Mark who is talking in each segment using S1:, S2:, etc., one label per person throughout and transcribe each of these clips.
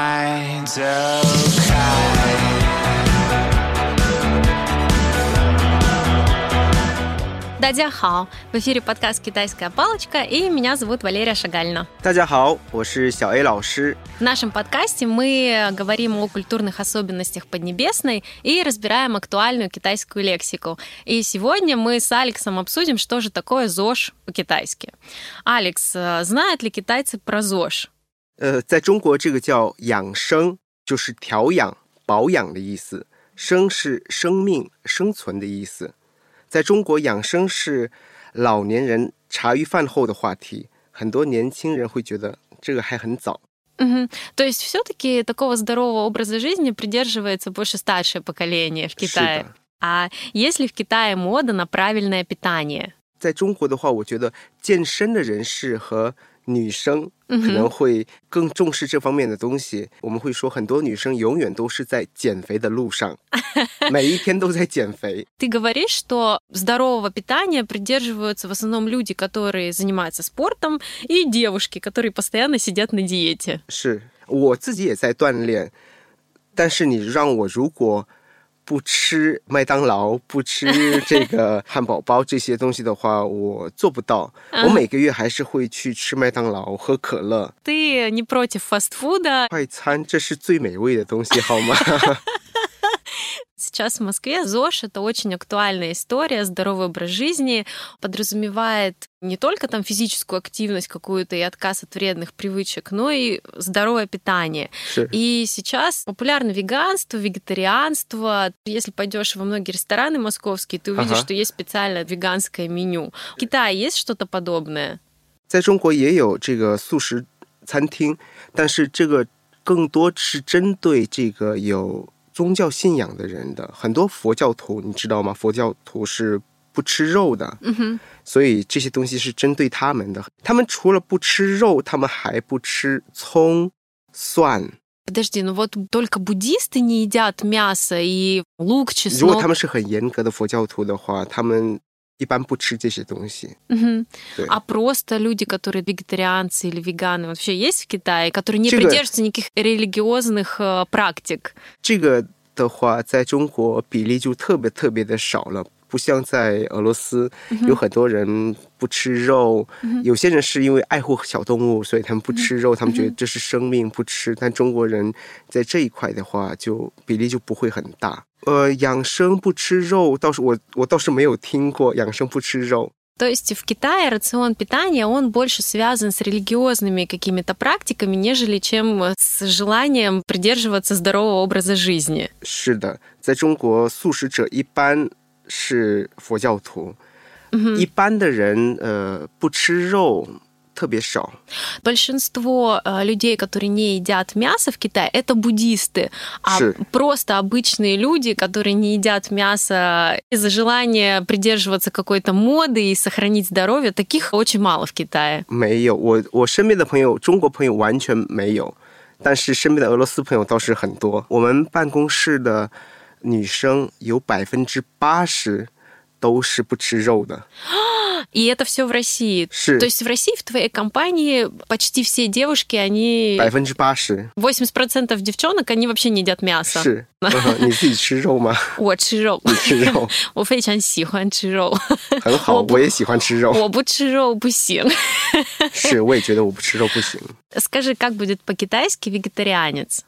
S1: quite okay.
S2: 大家好，в эфире подкаст «Китайская палочка» и меня зовут Валерия Шагальна.
S3: 大家好，我是小 A 老师。
S2: В нашем подкасте мы говорим о культурных особенностях Поднебесной и разбираем актуальную китайскую лексику. И сегодня мы с Алексом обсудим, что же такое ЗОЖ по-китайски. Алекс, э, знают ли китайцы про ЗОЖ?
S3: 呃，在中国这个叫养生，就是调养、保养的意思。生是生命、生存的意思。在中国，养生是老年人茶余饭后的话题，很多年轻人会觉得这个还很早。
S2: Мгм. То есть все-таки такого здорового образа жизни придерживается больше старшее поколение в
S3: 是
S2: Китае.
S3: 的，
S2: А есть ли в Китае мода на правильное питание?
S3: 在中国的话，我觉得健身的人士和女生可
S2: Мгм.
S3: 能会更重视这方面的东西。我们会说，很多女生永远都是在减肥的路上，每一天都在减肥。
S2: Ты говоришь, что здорового питания придерживаются в основном люди, которые занимаются спортом, и девушки, которые постоянно сидят на диете.
S3: 是我自己也在锻炼，但是你让我如果不吃麦当劳、不吃这个汉堡包这些东西的话，我做不到。
S2: А, 嗯
S3: 我每个月还是会去吃麦当劳、喝可乐、
S2: Ты не против фастфуда.
S3: 快餐，这是最美味的东西，好吗？
S2: Сейчас в Москве ЗОЖ — это очень актуальная история. Здоровый образ жизни подразумевает не только там физическую активность какую-то и отказ от вредных привычек, но и здоровое питание.
S3: 是
S2: И сейчас популярно веганство, вегетарианство. Если пойдешь во многие рестораны московские, ты увидишь,
S3: Ага.
S2: что есть специальное веганское меню. В Китае есть что-то подобное?
S3: 在中国也有这个素食餐厅，但是这个更多是针对这个有宗教信仰的人的。很多佛教徒，你知道吗？佛教徒是不吃肉的，所以这些东西是针对他们的。他们除了不吃肉，他们还不吃葱、蒜。
S2: Подожди, ну вот только буддисты не едят мясо и лук,
S3: 如果
S2: чеснок.
S3: 他们是很严格的佛教徒的话，他们一般不吃这些东西。
S2: Мгм.
S3: Да.
S2: А просто люди, которые вегетарианцы или веганы, вообще есть в Китае, которые не
S3: Чего?
S2: придерживаются никаких религиозных э, практик?
S3: 这个的话，在中国比例就特别特别的少了，不像在俄罗斯，有很多人不吃肉，有些人是因为爱护小动物，所以他们不吃肉，他们觉得这是生命，不吃。但中国人在这一块的话，就比例就不会很大。呃，养生不吃肉，倒是我我倒是没有听过养生不吃肉。
S2: То есть в Китае рацион питания, он больше связан с религиозными какими-то практиками, нежели чем с желанием придерживаться здорового образа жизни.
S3: 是的，在中国，素食者一般是佛教徒，
S2: 嗯
S3: 一般的人呃不吃肉特别少。
S2: Большинство э, людей, которые не едят мясо в Китае, это буддисты, а
S3: Шы.
S2: просто обычные люди, которые не едят мясо из-за желания придерживаться какой-то моды и сохранить здоровье, таких очень мало в Kitae.
S3: 没有，我我身边的朋友，中国朋友完全没有，但是身边的俄罗斯朋友倒是很多。我们办公室的女生有百分之八十都是不吃肉的，
S2: И это все в России.
S3: 是
S2: То есть в России в твоей компании почти все девушки, они
S3: 百分之八十
S2: 80% девчонок, они вообще не едят мясо.
S3: 是、嗯哼你自己吃肉吗？
S2: 我吃肉，
S3: 你吃 肉
S2: 我非常喜欢吃肉，
S3: 很好，
S2: 我不
S3: 我也喜欢吃肉，
S2: 我不吃肉不行。
S3: 是我也觉得我不吃肉不行。
S2: Скажи, как будет по-китайски вегетарианец?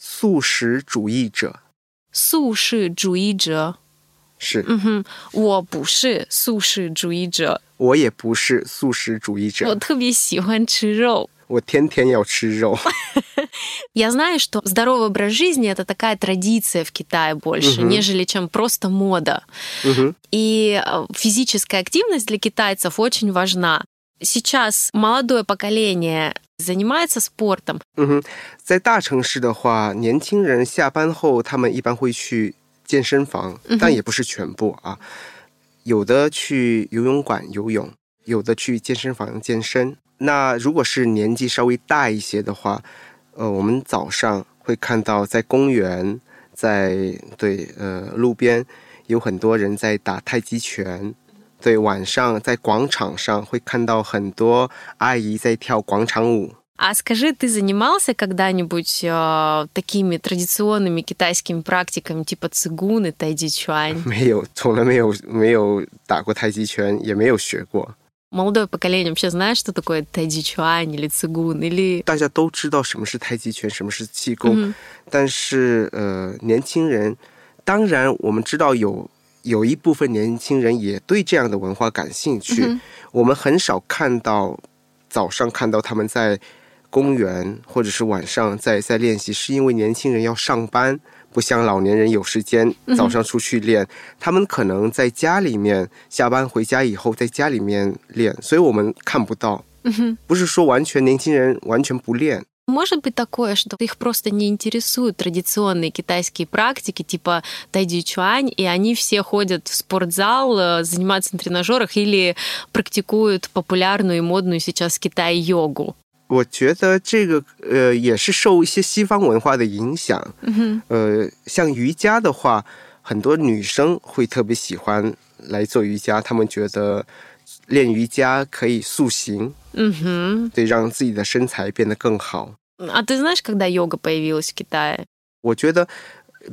S3: 素食主义者
S2: 素食主义者，
S3: 是、
S2: 嗯哼，我不是素食主义者，
S3: 我也不是素食主义者，
S2: 我特别喜欢吃肉。
S3: 我天天要 吃肉。
S2: Я знаю, что здоровый образ жизни это такая традиция в Китае больше,
S3: Мгм.
S2: нежели чем просто мода.
S3: 嗯哼，
S2: И э, физическая активность для китайцев очень важна. Сейчас молодое поколение занимается спортом.
S3: 嗯哼，在大城市的话，年轻人下班后，他们一般会去健身房，但也不是全部啊。有的去游泳馆游泳，有的去健身房健身。那如果是年纪稍微大一些的话，呃，我们早上会看到在公园，在对呃路边有很多人在打太极拳。对，晚上在广场上会看到很多阿姨在跳广场舞。
S2: А скажи, ты занимался когда-нибудь э, такими традиционными китайскими практиками типа цигуны, тайдичуань?
S3: 没有，从来没有没有打过太极拳，也没有学过。
S2: Молодое поколение вообще знает, что такое тайдичуань или цигун, или...
S3: 大家都知道什么是太极拳，什么是气功，但是呃，年轻人，当然我们知道有有一部分年轻人也对这样的文化感兴趣，我们很少看到早上看到他们在公园或者是晚上在在练习，是因为年轻人要上班。不像老年人有时间早上出去练，他们可能在家里面下班回家以后在家里面练，所以我们看不到。不是说完全年轻人完全不练，
S2: Может быть такое, что их просто не интересуют традиционные китайские практики типа тайдичуань, и они все ходят в спортзал, э, занимаются на тренажерах или практикуют популярную и модную сейчас в Китае йогу.
S3: 我觉得这个呃也是受一些西方文化的影响。呃，像瑜伽的话，很多女生会特别喜欢来做瑜伽，她们觉得练瑜伽可以塑形，
S2: Мгм.
S3: 对，让自己的身材变得更好。
S2: А ты знаешь, когда йога появилась в Китае?
S3: 我觉得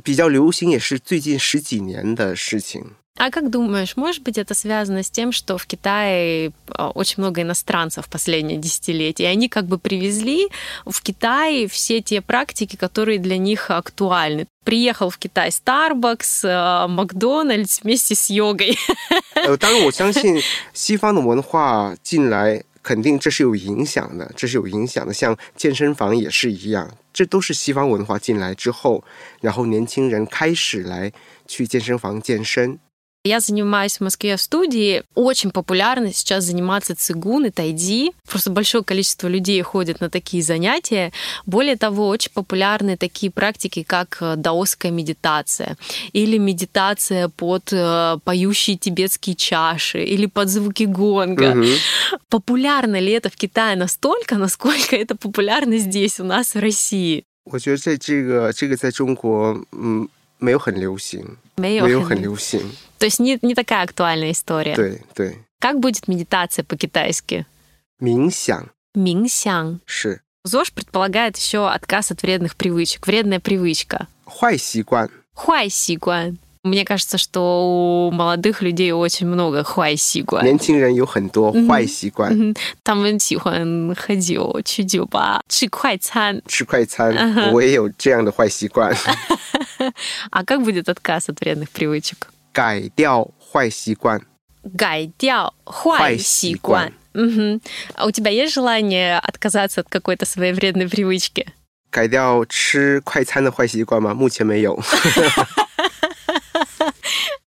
S3: 比较流行也是最近十几年的事情。
S2: А как думаешь, может быть это связано с тем, что в Китае э, очень много иностранцев в последние десятилетия, и они как бы привезли в Китай все те практики, которые для них актуальны. Приехал в Китай Starbucks, э, Макдональдс вместе с йогой.
S3: 呃，当然我相信西方的文化进来，肯定这是有影响的，这是有影响的。像健身房也是一样，这都是西方文化进来之后，然后年轻人开始来去健身房健身。
S2: Я занимаюсь в Москве в студии. Очень популярно сейчас заниматься цигун и тайди. Просто большое количество людей ходит на такие занятия. Более того, очень популярны такие практики, как э, даосская медитация или медитация под э, поющие тибетские чаши или под звуки гонга.
S3: 嗯哼，
S2: Популярно ли это в Китае настолько, насколько это популярно здесь у нас в России?
S3: 我觉得在这个这个在中国，嗯，没有很流行，没有很
S2: То
S3: 流行。
S2: есть не, не такая актуальная история.
S3: 对对，
S2: Как будет медитация по-китайски?
S3: 冥想
S2: Минсян.
S3: 是
S2: ЗОЖ предполагает еще отказ от вредных привычек. Вредная привычка.
S3: 坏习惯。
S2: Хуай сигуан. Мне кажется, что у молодых людей очень много хуай сигуан.
S3: 年轻人有很多坏习惯，
S2: Там он сихуан ходил, чудюба, чикхуай цан.
S3: 吃快餐，我也有这样的坏习 惯。
S2: А как будет отказ от вредных привычек?
S3: 改掉坏习惯，
S2: Гай дяо хуай сигуан.
S3: 坏习惯。
S2: Мгм. А у тебя есть желание отказаться от какой-то своей вредной привычки?
S3: 改掉吃快餐的坏习惯吗？目前没有。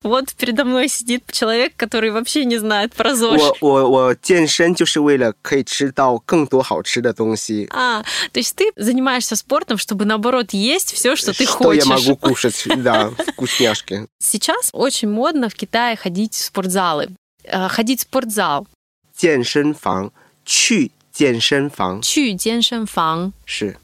S2: Вот передо мной сидит человек, который вообще не знает про ЗОЖ.
S3: 我我我健身就是为了可以吃到更多好吃的东西。
S2: А, то есть ты занимаешься спортом, чтобы наоборот есть все, что ты
S3: Что я
S2: хочешь.
S3: могу кушать? Да, вкусняшки.
S2: Сейчас очень модно в Китае ходить в спортзалы. Э, Ходить в спортзал.
S3: 健身房，去健身房
S2: Чу фанг.
S3: 是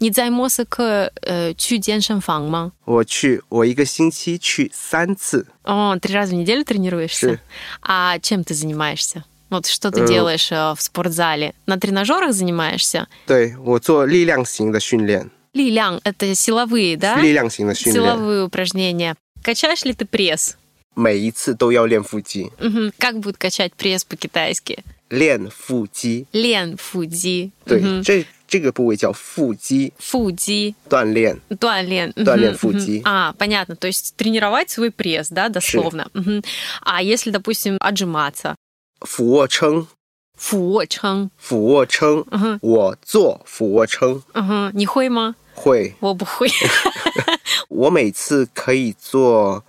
S2: Не займоса к э, чу фанг ма.
S3: 我去，我一个星期去三次。
S2: О, три раза в неделю тренируешься?
S3: Ши.
S2: А чем ты занимаешься? Вот что ты
S3: Э.
S2: делаешь э, в спортзале? На тренажерах занимаешься?
S3: 对我做力量型的训练，
S2: Ли лян, это силовые, да?
S3: 力量型的训练，
S2: Силовые упражнения. Качаешь ли ты пресс?
S3: 每一次都要练腹肌，
S2: Мгм. Как будет качать пресс по-китайски?
S3: 练腹肌。
S2: 练腹肌，
S3: 对，
S2: 嗯哼
S3: 这这个部位叫腹肌
S2: 腹肌
S3: 锻炼。
S2: 锻炼，嗯哼
S3: 锻炼腹肌
S2: 嗯哼啊，понятно, А, то есть тренировать свой пресс, да, дословно. Мгм. А если, допустим, отжиматься,
S3: 俯卧撑，
S2: 俯卧撑，
S3: 俯卧撑，
S2: 哼
S3: 我做俯卧撑
S2: 嗯哼，你会吗？
S3: 会，
S2: 我不会，
S3: 我每次可以做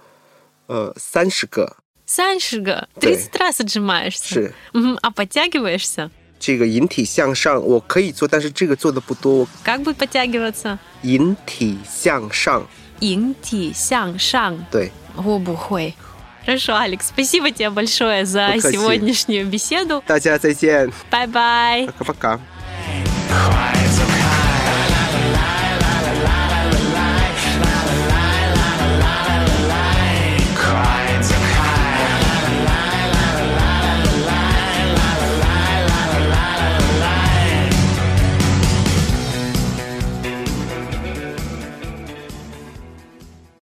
S3: 呃三十个，
S2: 三十个
S3: 对
S2: ，30 раз отжимаешься，
S3: 是
S2: 嗯哼，а подтягиваешься?
S3: 这个引体向上我可以做，但是这个做的不多。
S2: Как будет подтягиваться?
S3: 引体向上，
S2: 引体向上，
S3: 对，
S2: 我不会。Хорошо, Алекс, спасибо тебе большое за
S3: 不客气
S2: сегодняшнюю беседу.
S3: 大家再见，
S2: Bye-bye.
S3: 巴卡巴卡。
S1: quiet.